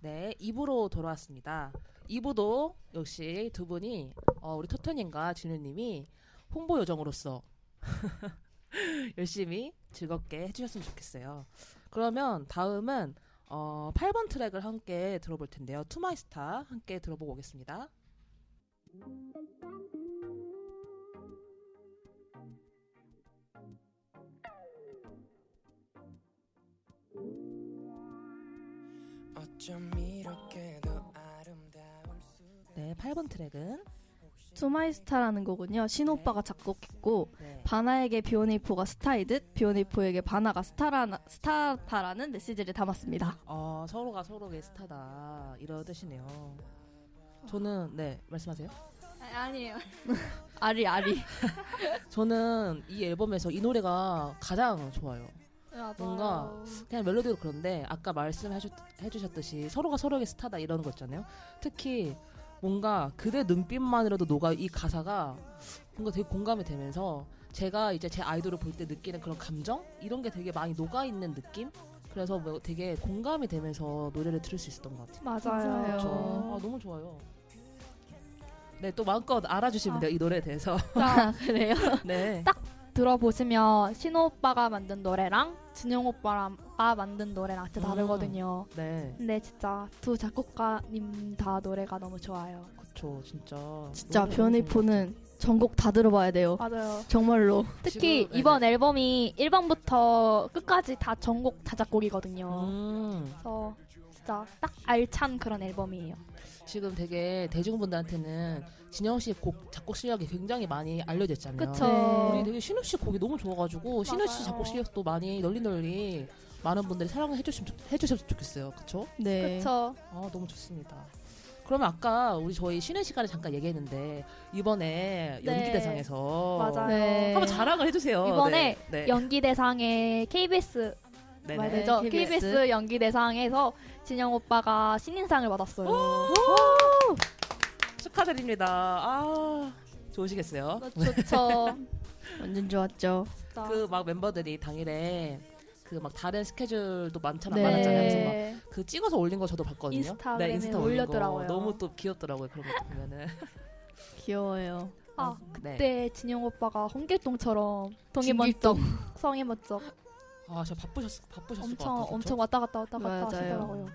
네, 2부로 돌아왔습니다. 2부도 역시 두 분이 어, 우리 토토님과 진우님이 홍보 요정으로서 열심히 즐겁게 해주셨으면 좋겠어요. 그러면 다음은 어, 8번 트랙을 함께 들어볼 텐데요. 투마이스타 함께 들어보고 오겠습니다. 어쩜 이렇게도 아름다울 수가 네, 8번 트랙은 네. 투마이스타라는 곡은요 신오빠가 작곡했고 네, 바나에게 비오니포가 스타이듯 비오니포에게 바나가 스타라 스타다라는 메시지를 담았습니다. 어, 서로가 서로의 스타다 이런 뜻이네요. 저는 네 말씀하세요. 아니, 에요 아리 아리. 저는 이 앨범에서 이 노래가 가장 좋아요. 뭔가 그냥 멜로디도 그런데 아까 말씀해주셨듯이 서로가 서로에게 스타다 이런 거 있잖아요. 특히 뭔가 그대 눈빛만으로도 녹아 이 가사가 뭔가 되게 공감이 되면서 제가 이제 제 아이돌을 볼 때 느끼는 그런 감정 이런 게 되게 많이 녹아 있는 느낌. 그래서 뭐 되게 공감이 되면서 노래를 들을 수 있었던 것 같아요. 맞아요. 그렇죠. 아, 너무 좋아요. 네, 또 마음껏 알아주시면 돼요 이 노래에 대해서. 아, 그래요? 네. 들어보시면 신호 오빠가 만든 노래랑 진영 오빠가 만든 노래랑 진짜 음. 다르거든요. 네, 근데 진짜 두 작곡가님 다 노래가 너무 좋아요. 그쵸, 진짜. 진짜 노래 너무 좋은 것 같아요. 비오니포는 전곡 다 들어봐야 돼요. 맞아요. 정말로. 특히 지금- 이번 앨범이 1번부터 끝까지 다 전곡 다 작곡이거든요. 음, 그래서 진짜 딱 알찬 그런 앨범이에요. 음. 지금 되게 대중분들한테는 진영 씨 곡 작곡 실력이 굉장히 많이 알려졌잖아요. 그쵸. 네. 우리 되게 신우 씨 곡이 너무 좋아가지고 신우 씨 작곡 실력도 많이 널리 널리 많은 분들이 사랑을 해주시면 좋- 해주셨으면 좋겠어요. 그쵸? 네. 그쵸. 아, 너무 좋습니다. 그러면 아까 우리 저희 쉬는 시간에 잠깐 얘기했는데 이번에 네. 연기 대상에서 맞아요. 네. 한번 자랑을 해주세요. 이번에 네. 네. 연기 대상에 KBS 네네. 말되죠 네, KBS. KBS. 연기 대상에서 진영 오빠가 신인상을 받았어요. 오! 축하드립니다. 아 좋으시겠어요. 네. 어, 좋죠. 완전 좋았죠. 진짜. 그 막 멤버들이 당일에 그 막 다른 스케줄도 많잖아 네. 많았잖아요. 그래서 막 그 찍어서 올린 거 저도 봤거든요. 네, 인스타그램에 올린 거 올렸더라고요. 너무 또 귀엽더라고요. 그런 것도 보면은. 귀여워요. 아, 네. 그때 진영 오빠가 홍길동처럼 진길동. 동해번쩍 성해번쩍 아, 저 바쁘셨 바쁘셨을 것 엄청 같아요. 그쵸? 엄청 왔다 갔다 왔다 갔다 맞아요. 하시더라고요.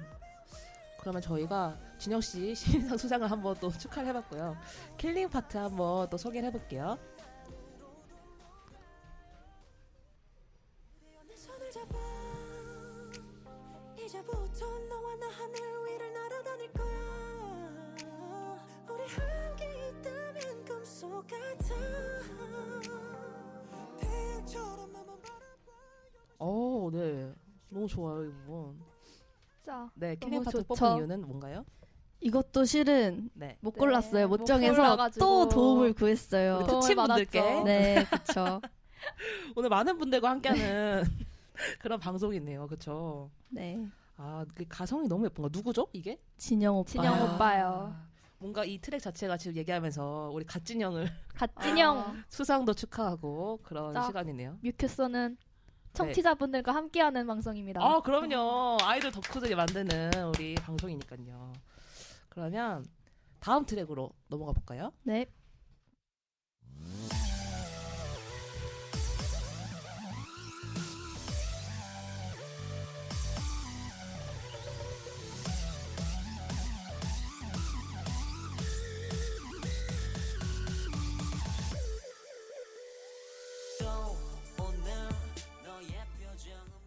그러면 저희가 진혁 씨 신인상 수상을 한번 또 축하를 해봤고요. 킬링 파트 한번 또 소개를 해볼게요. 내 손을 잡아 이제부터 너와 나 하늘 위를 날아다닐 거야 우리 함께 있다면 꿈속 같아 태양처럼 나만 바라 오, 네. 너무 좋아요, 이 부분. 진짜 네, 킬링 너무 파트 좋죠. 뽑은 이유는 뭔가요? 이것도 실은 네. 못 네, 골랐어요. 못 못 정해서 골라가지고. 또 도움을 우리 구했어요. 도움을 특친 분들께 받았죠. 네, 그쵸. 오늘 많은 분들과 함께하는 그런 방송이네요. 그렇죠? 네. 아, 그 가성이 너무 예쁜 거 누구죠? 이게? 진영 오빠. 진영 아. 오빠요. 뭔가 이 트랙 자체가 지금 얘기하면서 우리 갓진영을 갓진영 아. 수상도 축하하고 그런 자. 시간이네요. 뮤큐스는 청취자분들과 함께하는 방송입니다. 네. 아, 그럼요. 아이돌 덕후들이 만드는 우리 방송이니까요. 그러면 다음 트랙으로 넘어가 볼까요? 네.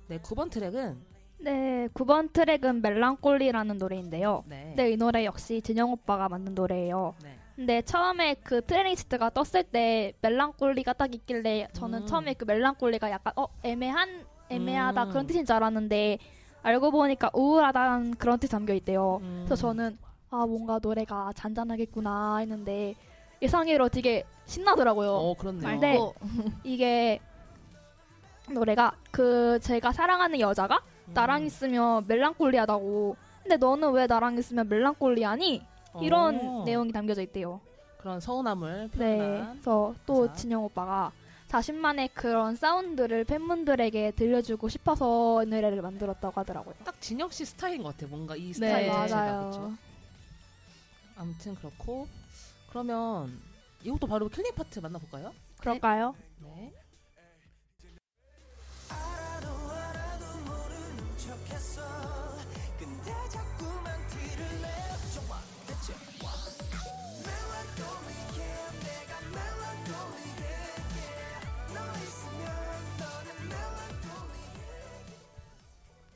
네, 9번 트랙은 네, 9번 트랙은 멜랑콜리라는 노래인데요. 네. 네, 이 노래 역시 진영 오빠가 만든 노래예요. 네. 근데 처음에 그 트랙리스트가 떴을 때 멜랑콜리가 딱 있길래 저는 음. 처음에 그 멜랑콜리가 약간 어 애매한 애매하다 음. 그런 뜻인 줄 알았는데 알고 보니까 우울하다는 그런 뜻이 담겨 있대요. 음. 그래서 저는 아 뭔가 노래가 잔잔하겠구나 했는데 예상외로 되게 신나더라고요. 어, 그렇네요. 네. 이게 노래가 그 제가 사랑하는 여자가 음. 나랑 있으면 멜랑콜리하다고. 근데 너는 왜 나랑 있으면 멜랑콜리하니? 이런 어. 내용이 담겨져 있대요. 그런 서운함을 네. 표현한 그래서 또 가사. 진영 오빠가 자신만의 그런 사운드를 팬분들에게 들려주고 싶어서 이 노래를 만들었다고 하더라고요. 딱 진혁 씨 스타일인 것 같아. 뭔가 이 네, 스타일 자체가 맞아요. 그렇죠. 아무튼 그렇고 그러면 이것도 바로 킬링 파트 만나볼까요? 그럴까요? 네. 알아도 알아도 모르는 척했어 근데 자꾸만 티를 내 정말 대체 멜랑콜리해 내가 멜랑콜리해 너 있으면 너는 멜랑콜리해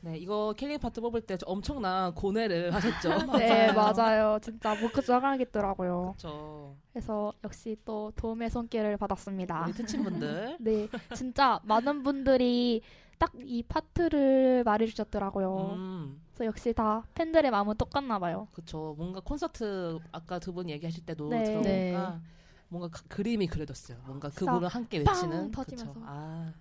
네, 이거 킬링 파트 뽑을 때저 엄청난 고뇌를 하셨죠. 네, 맞아요. 진짜 무크적하겠더라고요. 그렇죠. 그래서 역시 또 도움의 손길을 받았습니다. 우리 특친분들. 네, 진짜 많은 분들이 딱 이 파트를 말해주셨더라고요. 음, 그래서 역시 다 팬들의 마음은 똑같나 봐요. 그렇죠. 뭔가 콘서트 아까 두 분 얘기하실 때도 네. 들어보니까 뭔가 가- 그림이 그려졌어요. 뭔가 그분을 함께 빵 외치는 터지면서. 그쵸. 아.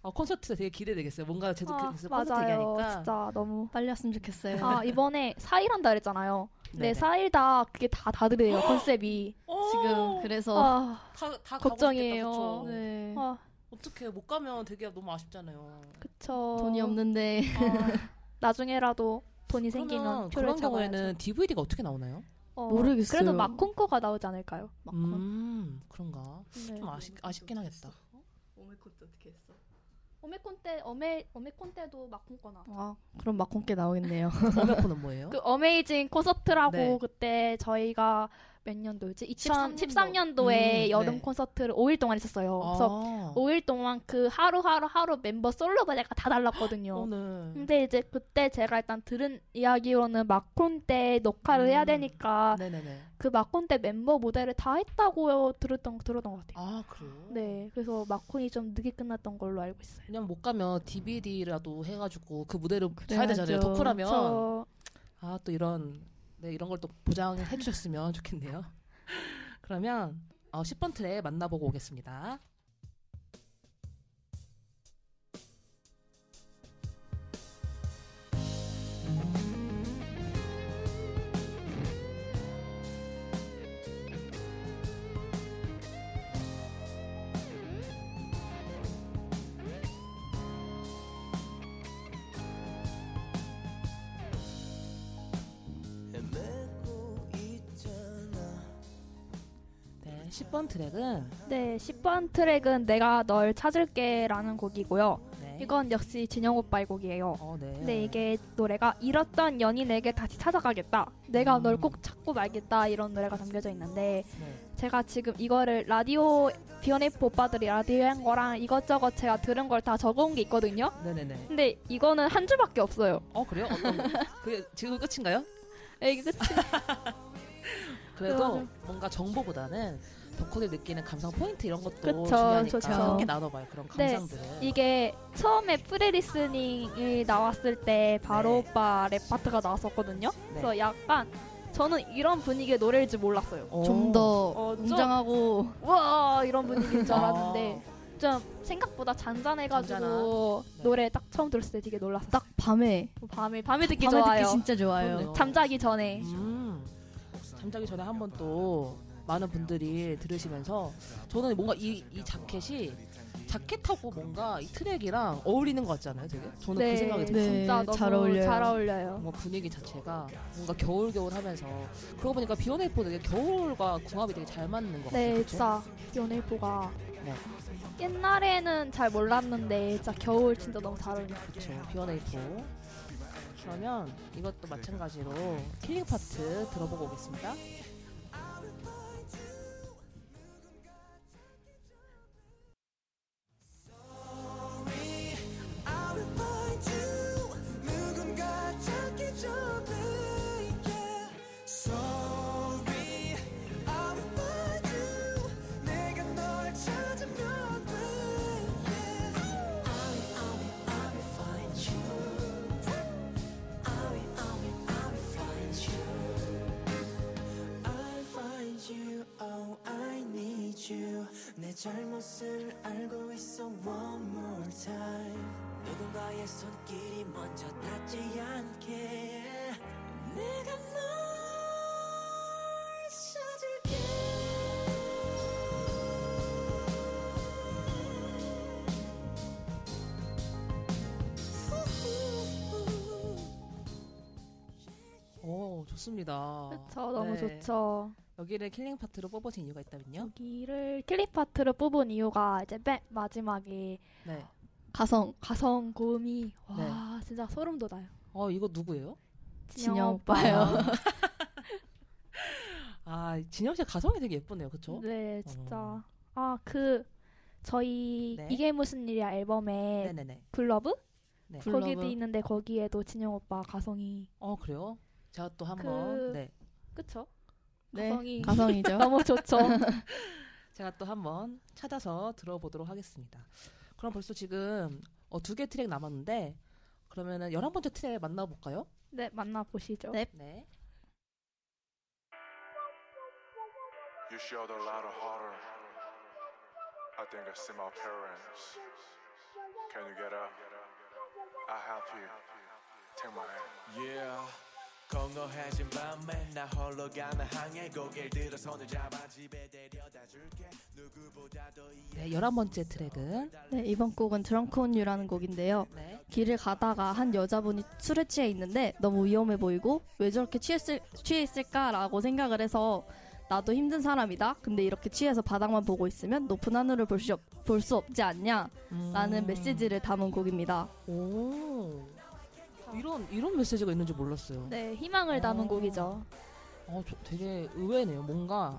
어, 콘서트 되게 기대되겠어요. 뭔가 제도 그, 아, 콘서트 맞아요. 얘기하니까. 진짜 너무. 빨리 왔으면 좋겠어요. 아, 이번에 4일한다 그랬잖아요. 네네. 네, 4일 다 그게 다 다들이에요, 컨셉이. 오! 지금 그래서 아, 다, 다 걱정이에요. 가고 싶겠다, 그쵸? 어. 네. 아, 어떻게 못 가면 되게 너무 아쉽잖아요. 그쵸. 돈이 없는데 어, 나중에라도 돈이 그러면 생기면 그런 표를 경우에는 잡아야죠. DVD가 어떻게 나오나요? 어, 모르겠어요. 그래도 마콘코가 나오지 않을까요? 음, 그런가. 네. 좀 아쉽 아쉽긴 하겠다. 오메콘트 어떻게 했어? 어메콘 때 어메 어메콘 때도 마콘코 나. 아 그럼 막콘께 나오겠네요. 어메코는 뭐예요? 그 어메이징 콘서트라고 네. 그때 저희가 몇 년도였지? 2013년도. 2013년도에 음, 여름 네. 코서트를 5일 동안 했었어요. 그래서 아, 5일 동안 그 하루하루 하루 멤버 솔로 바제가 다 달랐거든요. 오늘 근데 이제 그때 제가 일단 들은 이야기로는 마콘 때 녹화를 해야 음. 되니까 네네네. 그 마콘 때 멤버 모델을 다 했다고 들었던 들었던 것 같아요. 아 그래요? 네, 그래서 마콘이 좀 늦게 끝났던 걸로 알고 있어요. 그냥 못 가면 DVD라도 해가지고 그 무대를 봐야 그래야죠. 되잖아요. 덕후라면 저 아 또 이런 네 이런 걸 또 보장해 주셨으면 좋겠네요. 그러면 어, 10번 트랙 만나보고 오겠습니다. 헤매고 있잖아 네, 10번 트랙은 네, 10번 트랙은 내가 널 찾을게라는 곡이고요. 네. 이건 역시 진영 오빠의 곡이에요. 어, 네. 근데 이게 노래가 잃었던 연인에게 다시 찾아가겠다. 내가 널 꼭 찾고 말겠다. 이런 노래가 담겨져 있는데 네. 제가 지금 이거를 라디오 비언에프 오빠들이 라디오 한 거랑 이것저것 제가 들은 걸 다 적어온 게 있거든요. 네네네. 근데 이거는 한 주밖에 없어요. 어 그래요? 어떤 그게 지금 끝인가요? 네, 이게 끝이 그래도 그래가지고- 뭔가 정보보다는 덕후들 느끼는 감상 포인트 이런 것도 그쵸, 중요하니까 좋죠. 함께 나눠봐요 그런 네, 감상들을. 이게 처음에 프리리스닝이 나왔을 때 바로 오빠 랩 파트가 나왔었거든요. 그래서 약간 저는 이런 분위기의 노래일지 몰랐어요. 어. 좀 더 어, 좀- 웅장하고 우와 이런 분위기인 줄 아. 알았는데 좀 생각보다 잔잔해가지고 잔잔한. 네. 노래 딱 처음 들었을 때 되게 놀랐어요. 딱 딱 밤에 밤에 밤에 듣기 밤에 좋아요. 듣기 진짜 좋아요. 그럼요. 잠자기 전에 음, 잠자기 전에 한 번 또 많은 분들이 들으시면서 저는 뭔가 이, 이 자켓이 자켓하고 뭔가 이 트랙이랑 어울리는 것 같잖아요 되게 저는 그 생각이 들어요 음, 네. 진짜 너무 잘 어울려요. 잘 어울려요. 뭔가 분위기 자체가 뭔가 겨울겨울 하면서 그러고 보니까 비욘에이포 되게 겨울과 궁합이 되게 잘 맞는 것 같아요 네, 음, 그쵸? 진짜 연예보가 네. 옛날에는 잘 몰랐는데 진짜 겨울 진짜 너무 잘 어울려. 그쵸 비원에이포 예, 그러면 이것도 마찬가지로 킬링 파트 들어보고 오겠습니다 I will find you 누군가 찾기 전에 yeah. Sorry I will find you 내가 널 찾으면 돼 yeah. I will, I will, I will find you I will, I will, I will find you I find you, oh I need you 내 잘못을 알고 있어 one more time 누군가의 손길이 먼저 닿지 않게 내가 널 찾을게 오, 어, 좋습니다. 그쵸 너무 네. 좋죠. 여기를 킬링 파트로 뽑으신 이유가 있다면요? 여기를 킬링 파트로 뽑은 이유가 이제 맨 마지막에 네. 가성 가성 고음이 와 진짜 소름 돋아요. 어, 이거 누구예요? 진영 오빠요. 아, 진영 씨 가성이 되게 예쁘네요. 그쵸? 네 진짜 어. 아 그 저희 네. 이게 무슨 일이야 앨범에 네네네. 글러브 네. 거기도 글러브. 있는데 거기에도 진영 오빠 가성이 어, 그래요? 제가 또 한번, 그- 네. 그쵸? 네, 가성이 가성이죠. 너무 좋죠. 제가 또 한번 찾아서 들어보도록 하겠습니다. 그럼 벌써 지금 어, 두 개 트랙 남았는데, 그러면은 11번째 트랙 만나볼까요? 네 만나보시죠. 네. 네. You shout a lot harder. I think I see my parents. Can you get up? I help you. Take my hand. Yeah. 공허해진 밤에 나 홀로 가는 항해 고개를 들어 손을 잡아 집에 데려다 줄게 누구보다도 이해 네, 11번째 트랙은, 네, 이번 곡은 드렁크 온 유라는 곡인데요. 네. 길을 가다가 한 여자분이 술에 취해 있는데 너무 위험해 보이고 왜 저렇게 취했을, 취해 있을까라고 생각을 해서 나도 힘든 사람이다. 근데 이렇게 취해서 바닥만 보고 있으면 높은 하늘을 볼 수 없지 않냐? 음. 라는 메시지를 담은 곡입니다. 오. 이런, 이런 메시지가 있는지 몰랐어요. 네 희망을 담은 어. 곡이죠. 어, 저- 되게 의외네요. 뭔가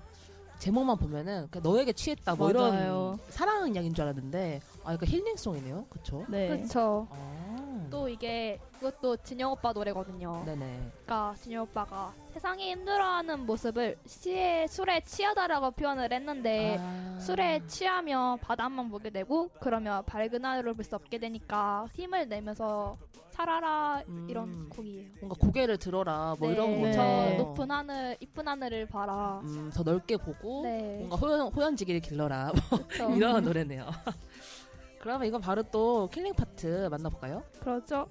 제목만 보면은 그냥 너에게 취했다 뭐 이런 맞아요. 사랑 이야기인 줄 알았는데 아, 그러니까 힐링송이네요. 그쵸? 네. 그쵸. 아. 또 이게 이것도 진영 오빠 노래거든요. 네네. 그러니까 진영 오빠가 세상이 힘들어하는 모습을 시에 술에 취하다라고 표현을 했는데 아. 네, 술에 취하면 바다만 보게 되고 그러면 밝은 하늘을 볼 수 없게 되니까 힘을 내면서 살아라 음. 이런 곡이에요. 뭔가 고개를 들어라 뭐 이런 네. 거죠. 저 높은 하늘, 이쁜 하늘을 봐라. 음, 더 넓게 보고 네, 뭔가 호연, 호연지기를 길러라 뭐 그렇죠. 이런 노래네요. 그러면 이건 바로 또 킬링 파트 만나볼까요? 그렇죠.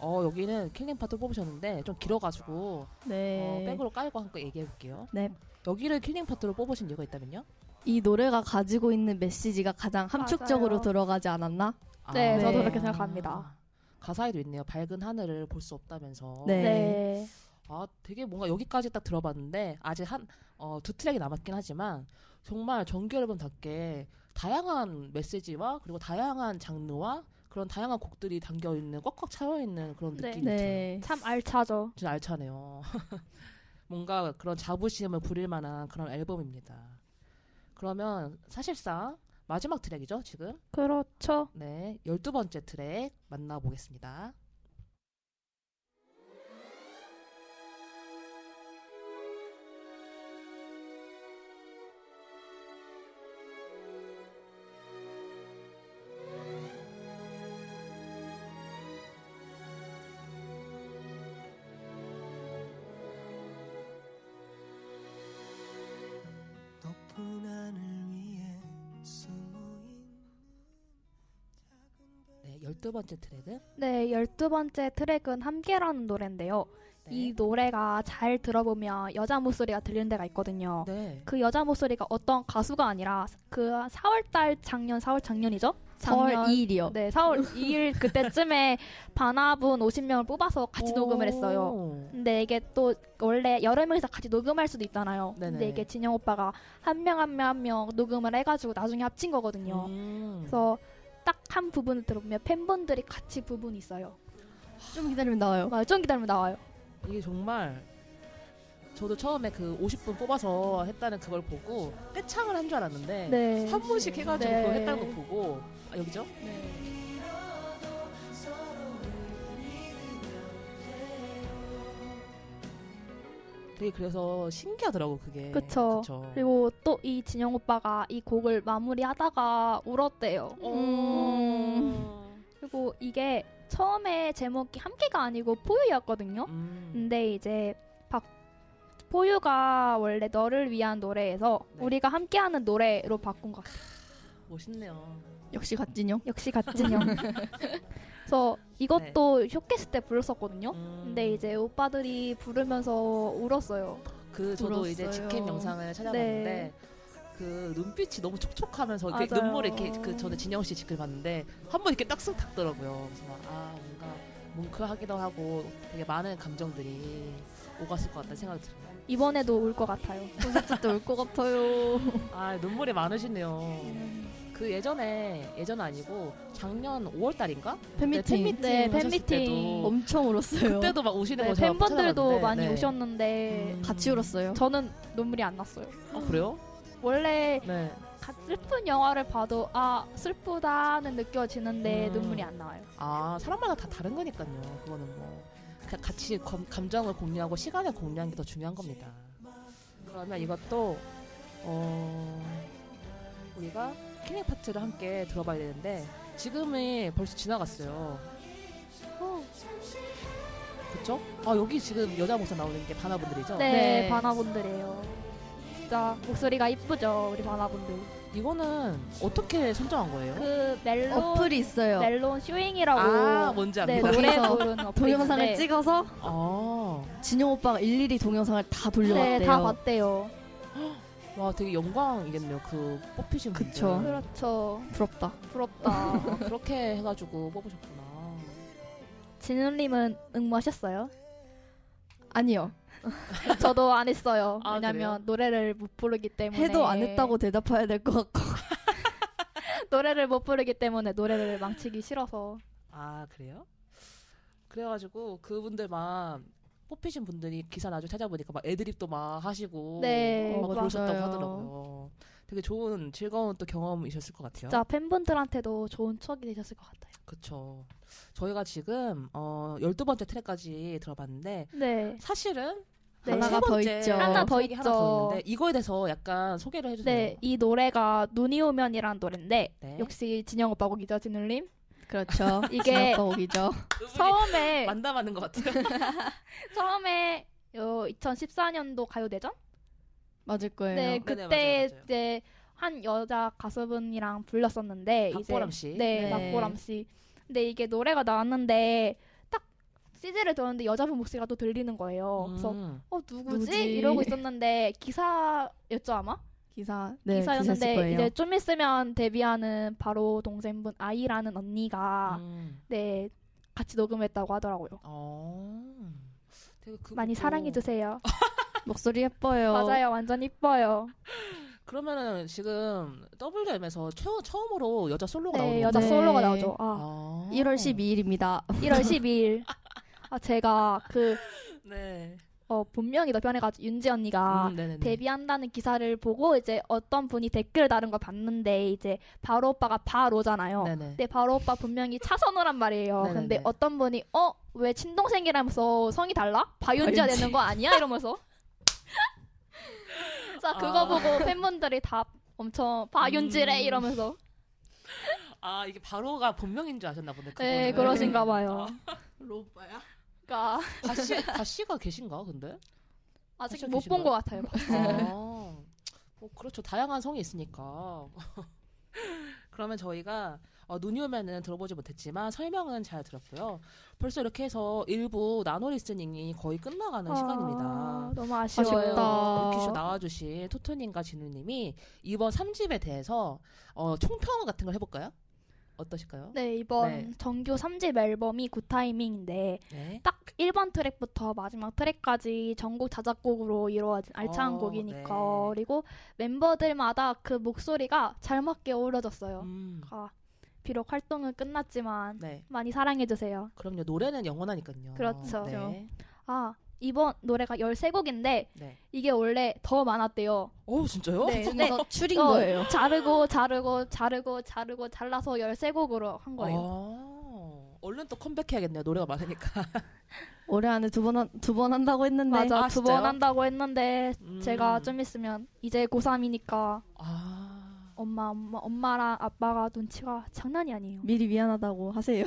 어 여기는 킬링 파트 뽑으셨는데 좀 길어가지고 어, 네. 백으로 깔고 한거 얘기해볼게요. 네. 여기를 킬링 파트로 뽑으신 이유가 있다면요? 이 노래가 가지고 있는 메시지가 가장 함축적으로 맞아요. 들어가지 않았나? 네, 아. 저도 그렇게 생각합니다. 가사에도 있네요. 밝은 하늘을 볼 수 없다면서. 네. 네. 아, 되게 뭔가 여기까지 딱 들어봤는데 아직 한 어, 두 트랙이 남았긴 하지만 정말 정규 앨범답게 다양한 메시지와 그리고 다양한 장르와 그런 다양한 곡들이 담겨 있는 꽉꽉 차여 있는 그런 네. 느낌이 들어요. 네. 참 알차죠. 진짜 알차네요. 뭔가 그런 자부심을 부릴 만한 그런 앨범입니다. 그러면 사실상 마지막 트랙이죠, 지금? 그렇죠. 네, 열두 번째 트랙 만나보겠습니다. 높은 하늘 위에 숨어있는 네, 열두 번째 트랙은 네, 열두 번째 트랙은 함께라는 노래인데요. 네. 이 노래가 잘 들어보면 여자 목소리가 들리는 데가 있거든요. 네. 그 여자 목소리가 어떤 가수가 아니라 그 4월달 작년, 4월 작년이죠? 4월 2일이요. 네, 4월 2일 그때쯤에 반합은 50명을 뽑아서 같이 녹음을 했어요. 오. 근데 이게 또 원래 여러 명이서 같이 녹음할 수도 있잖아요. 네네. 근데 이게 진영 오빠가 한 명 한 명 한 명 녹음을 해가지고 나중에 합친 거거든요. 음. 그래서 딱 한 부분을 들어보면 팬분들이 같이 부분이 있어요. 좀 기다리면 어? 나와요. 맞아, 좀 기다리면 나와요. 이게 정말 저도 처음에 그 50분 뽑아서 했다는 그걸 보고 회창을 한 줄 알았는데 네. 한 분씩 해가지고 네. 그거 했다는 거 보고 아, 여기죠? 되게 그래서 신기하더라고 그게. 그쵸. 그쵸. 그리고 또 이 진영 오빠가 이 곡을 마무리하다가 울었대요. 어? 음. 그리고 이게 처음에 제목이 함께가 아니고 포유였거든요. 음. 근데 이제 박 포유가 원래 너를 위한 노래에서 네. 우리가 함께하는 노래로 바꾼 것 같아요. 멋있네요. 역시 갓진영. 역시 같은 형. 그래서 이것도 쇼케이스 때 불렀었거든요. 네. 음. 근데 어? 네, 이제 오빠들이 부르면서 울었어요. 그 저도 이제 울었어요. 직캠 영상을 찾아봤는데 네. 그 눈빛이 너무 촉촉하면서 이렇게 맞아요. 눈물이 이렇게 그 저는 진영 씨 직캠 봤는데 한 번 이렇게 딱쓱 닦더라고요. 그래서 막, 아 뭔가 뭉클하기도 하고 되게 많은 감정들이 오갔을 것 같다는 생각이 들어요. 이번에도 울 것 같아요. 콘서트도 올것 같아요. 아 눈물이 많으시네요. 그 예전에 예전 아니고 작년 5월 달인가 팬미팅. 팬미팅 네, 오셨을 팬미팅. 때도 엄청 울었어요. 그때도 막 오시는 거 네, 뭐 제가 팬분들도 찾아봤는데, 많이 네. 오셨는데 음. 같이 울었어요. 저는 눈물이 안 났어요. 아 그래요? 원래 네. 가- 슬픈 영화를 봐도 아 슬프다는 느껴지는데 음. 눈물이 안 나와요. 아 사람마다 다 다른 거니까요. 그거는 뭐 그냥 같이 검- 감정을 공유하고 시간을 공유하는 게 더 중요한 겁니다. 그러면 이것도 어, 우리가 키닝 파트를 함께 들어봐야 되는데 지금이 벌써 지나갔어요. 어. 그쵸? 아 여기 지금 여자 목사 나오는 게 바나분들이죠? 네, 네. 바나분들이에요. 진짜 목소리가 이쁘죠 우리 바나분들. 이거는 어떻게 선정한 거예요? 그 멜론 어플이 있어요. 멜론 쇼잉이라고 아 뭔지 네, 압니다. 노래 거기서 부르는 어플 동영상을 있는데 찍어서 아, 진영 오빠가 일일이 동영상을 다 돌려왔대요. 네, 다 봤대요. 와 되게 영광이겠네요. 그 뽑히신 분들. 그쵸. 그렇죠. 부럽다. 부럽다. 아, 그렇게 해가지고 뽑으셨구나. 진우님은 응모하셨어요? 아니요. 저도 안 했어요. 아, 왜냐면 노래를 못 부르기 때문에 해도 안 했다고 대답해야 될 것 같고. 노래를 못 부르기 때문에 노래를 망치기 싫어서 아 그래요? 그래가지고 그분들 막 뽑히신 분들이 기사 나중에 찾아보니까 막 애드립도 막 하시고 네, 막 맞아요. 그러셨다고 하더라고요. 되게 좋은 즐거운 또 경험이셨을 것 같아요. 진짜 팬분들한테도 좋은 추억이 되셨을 것 같아요. 그쵸. 저희가 지금 어 12번째 트랙까지 들어봤는데 네. 사실은 네. 한 하나가 세 더 번째 있죠. 하나 더 트랙이 하나 더 있죠. 있는데 이거에 대해서 약간 소개를 해주세요. 네, 이 노래가 눈이 오면이라는 노래인데 네. 역시 진영 오빠 곡이죠, 진우님. 그렇죠. 이게- 진영 오빠 곡이죠. 두 분이 처음에 만담하는 것 같아요. 네, 처음에 어, 2014년도 가요대전? 맞을 거예요. 네, 네네, 그때 맞아요, 맞아요. 이제 한 여자 가수분이랑 불렀었는데 박보람 이제, 씨. 네, 네. 박보람 씨. 근데 이게 노래가 나왔는데 딱 CD를 들었는데 여자분 목소리가 또 들리는 거예요. 그래서 음. 어 누구지? 누구지? 이러고 있었는데 기사였죠 아마 기사. 네, 기사였을 기사였는데 거예요. 이제 좀 있으면 데뷔하는 바로 동생분 아이라는 언니가 음. 네 같이 녹음했다고 하더라고요. 어. 되게 그거 많이 또- 사랑해 주세요. 목소리 예뻐요. 맞아요, 완전 이뻐요. 그러면은 지금 WM에서 최, 처음으로 여자 솔로가 네, 나오는 여자 네. 솔로가 나오죠. 아, 아. 1월 12일입니다. 1월 12일. 아, 제가 그, 네. 어, 본명이 더 변해가지고, 윤지 언니가 음, 네네네. 아, 데뷔한다는 기사를 보고, 이제 어떤 분이 댓글 다른 걸 봤는데, 이제 바로 오빠가 바로잖아요. 네네. 근데 바로 오빠 분명히 차선호란 말이에요. 네네네. 근데 어떤 분이, 어, 왜 친동생이라면서 성이 달라? 바윤지가 바윤지. 되는 거 아니야? 이러면서. 자, 그거 아. 보고 팬분들이 다 엄청 바윤지래 음. 이러면서. 아 이게 바로가 본명인 줄 아셨나 보네. 네, 그거를. 그러신가 봐요. 로빠야. 어. 그러니까 다시 다시가 계신가 근데? 아직 하셔도 못 본 계신가요? 것 같아요. 네. 아. 뭐 그렇죠. 다양한 성이 있으니까. 그러면 저희가 어, 눈이 오면은 들어보지 못했지만 설명은 잘 들었고요. 벌써 이렇게 해서 일부 나노 리스닝이 거의 끝나가는 시간입니다. 아, 너무 아쉬워요. 아쉽다. 루키쇼 그 나와주신 토토님과 진우님이 이번 3집에 대해서 어, 총평 같은 걸 해볼까요? 어떠실까요? 네, 이번 네. 정규 3집 앨범이 굿타이밍인데 네. 딱 1번 트랙부터 마지막 트랙까지 전곡 자작곡으로 이루어진 알찬 어, 곡이니까 네. 그리고 멤버들마다 그 목소리가 잘 맞게 어우러졌어요. 음, 아, 비록 활동은 끝났지만 네. 많이 사랑해주세요. 그럼요. 노래는 영원하니까요. 그렇죠. 네. 아, 이번 노래가 13곡인데 네. 이게 원래 더 많았대요. 오 어, 진짜요? 네, 뭔가 근데 줄인 어, 거예요. 자르고 자르고 자르고 자르고 잘라서 13곡으로 한 거예요. 어. 아, 얼른 또 컴백해야겠네요. 노래가 많으니까. 올해 안에 두 번 두 번 한다고 했는데 맞아 아, 두 진짜요? 번 한다고 했는데 음. 제가 좀 있으면 이제 고3이니까 아. 엄마 엄마 엄마랑 아빠가 눈치가 장난이 아니에요. 미리 미안하다고 하세요.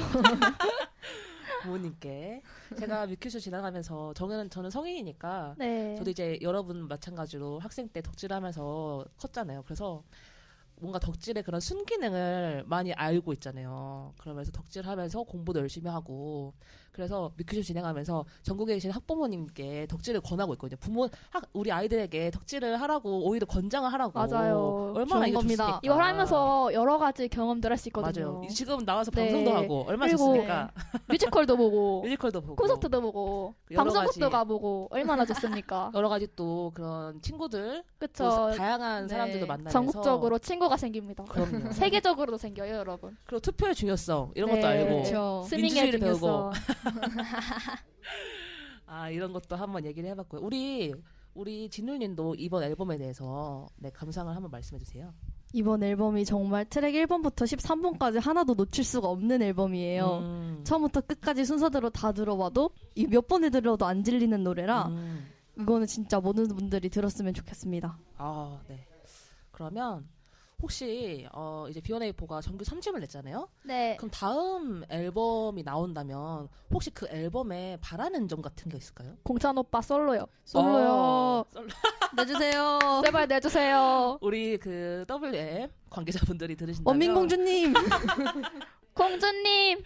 부모님께 제가 뮤큐쇼 지나가면서 저는 저는 성인이니까 네. 저도 이제 여러분 마찬가지로 학생 때 덕질하면서 컸잖아요. 그래서 뭔가 덕질의 그런 순기능을 많이 알고 있잖아요. 그러면서 덕질하면서 공부도 열심히 하고 그래서 미큐쇼 진행하면서 전국에 계신 학부모님께 덕질을 권하고 있거든요. 부모 학, 우리 아이들에게 덕질을 하라고 오히려 권장을 하라고 맞아요. 얼마나 좋은 이거 겁니다. 좋습니까? 이걸 하면서 여러 가지 경험들 할 수 있거든요. 아. 맞아요. 지금 나와서 네. 방송도 하고 얼마나 그리고 좋습니까? 뮤지컬도 보고 뮤지컬도 네, 보고 콘서트도 보고 여러 방송국도 가지. 가보고 얼마나 좋습니까? 여러 가지 또 그런 친구들 또 그쵸. 다양한 네. 사람들도 만나면서 전국적으로 친구가 생깁니다. 그럼요. 세계적으로도 생겨요, 여러분. 그리고 투표의 중요성 이런 네. 것도 알고 그렇죠. 스밍의 어, 민주주의를 배우고. 중요성. 아 이런 것도 한번 얘기를 해봤고요. 우리 우리 진울님도 이번 앨범에 대해서 네 감상을 한번 말씀해 주세요. 이번 앨범이 정말 트랙 1번부터 13번까지 하나도 놓칠 수가 없는 앨범이에요. 음. 처음부터 끝까지 순서대로 다 들어봐도 이 몇 번을 들어도 안 질리는 노래라 음. 이거는 진짜 모든 분들이 들었으면 좋겠습니다. 아 네. 그러면 혹시 어 이제 비원에이포가 정규 3집을 냈잖아요. 네. 그럼 다음 앨범이 나온다면 혹시 그 앨범에 바라는 점 같은 게 있을까요? 공찬 오빠 솔로요. 어, 솔로요. 솔로. 내주세요. 제발 내주세요. 우리 그 WM 관계자분들이 들으신다면 원민공주님. 공주님.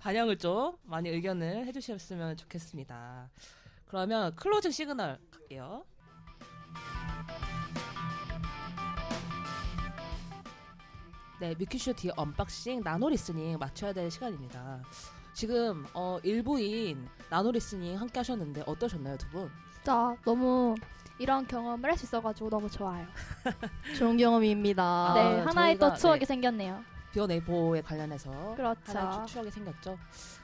반영을 좀 많이 의견을 해주셨으면 좋겠습니다. 그러면 클로징 시그널 갈게요. 네, 뮤키쇼 뒤 언박싱 나노리스닝 맞춰야 될 시간입니다. 지금 어, 일부인 나노리스닝 함께 하셨는데 어떠셨나요, 두 분? 진짜 너무 이런 경험을 할 수 있어가지고 너무 좋아요. 좋은 경험입니다. 네, 아, 하나의 저희가- 또 추억이 네. 생겼네요. 비어네이보에 관련해서 하나 그렇죠. 추억이 생겼죠.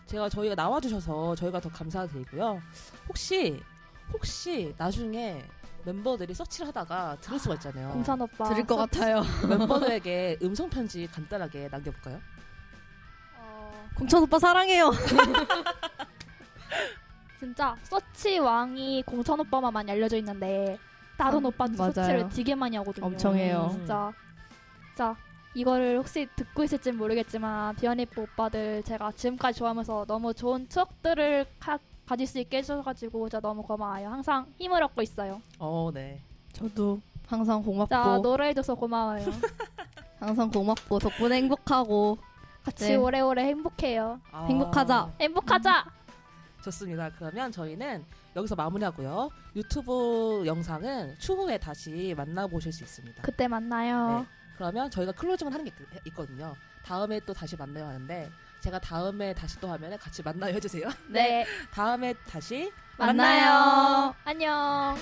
제가 저희가 나와주셔서 저희가 더 감사드리고요. 혹시 혹시 나중에 멤버들이 서치를 하다가 들을 수가 있잖아요. 그 공찬 오빠. 들을 것 같아요. 멤버들에게 음성 편지 간단하게 남겨볼까요? 어, 공천 오빠 사랑해요. 진짜 서치 왕이 공찬 오빠만 많이 알려져 있는데 다른 음, 오빠도 맞아요. 서치를 되게 많이 하거든요. 음. 엄청 해요. 진짜 진짜 이거를 혹시 듣고 있을진 모르겠지만 비언이프 오빠들 제가 지금까지 좋아하면서 너무 좋은 추억들을 가, 가질 수 있게 해줘가지고 진짜 너무 고마워요. 항상 힘을 얻고 있어요. 어, 네. 저도 항상 고맙고 자 노래해줘서 고마워요. 항상 고맙고 덕분에 행복하고 같이 네. 오래오래 행복해요. 아, 행복하자. 행복하자. 음. 좋습니다. 그러면 저희는 여기서 마무리하고요. 유튜브 영상은 추후에 다시 만나보실 수 있습니다. 그때 아. 만나요. 네. 그러면 저희가 클로징을 하는 게 있- 있거든요. 다음에 또 다시 만나요 하는데 제가 다음에 다시 또 하면 네, 같이 만나요 해주세요. 네. 다음에 다시 만나요. 안녕.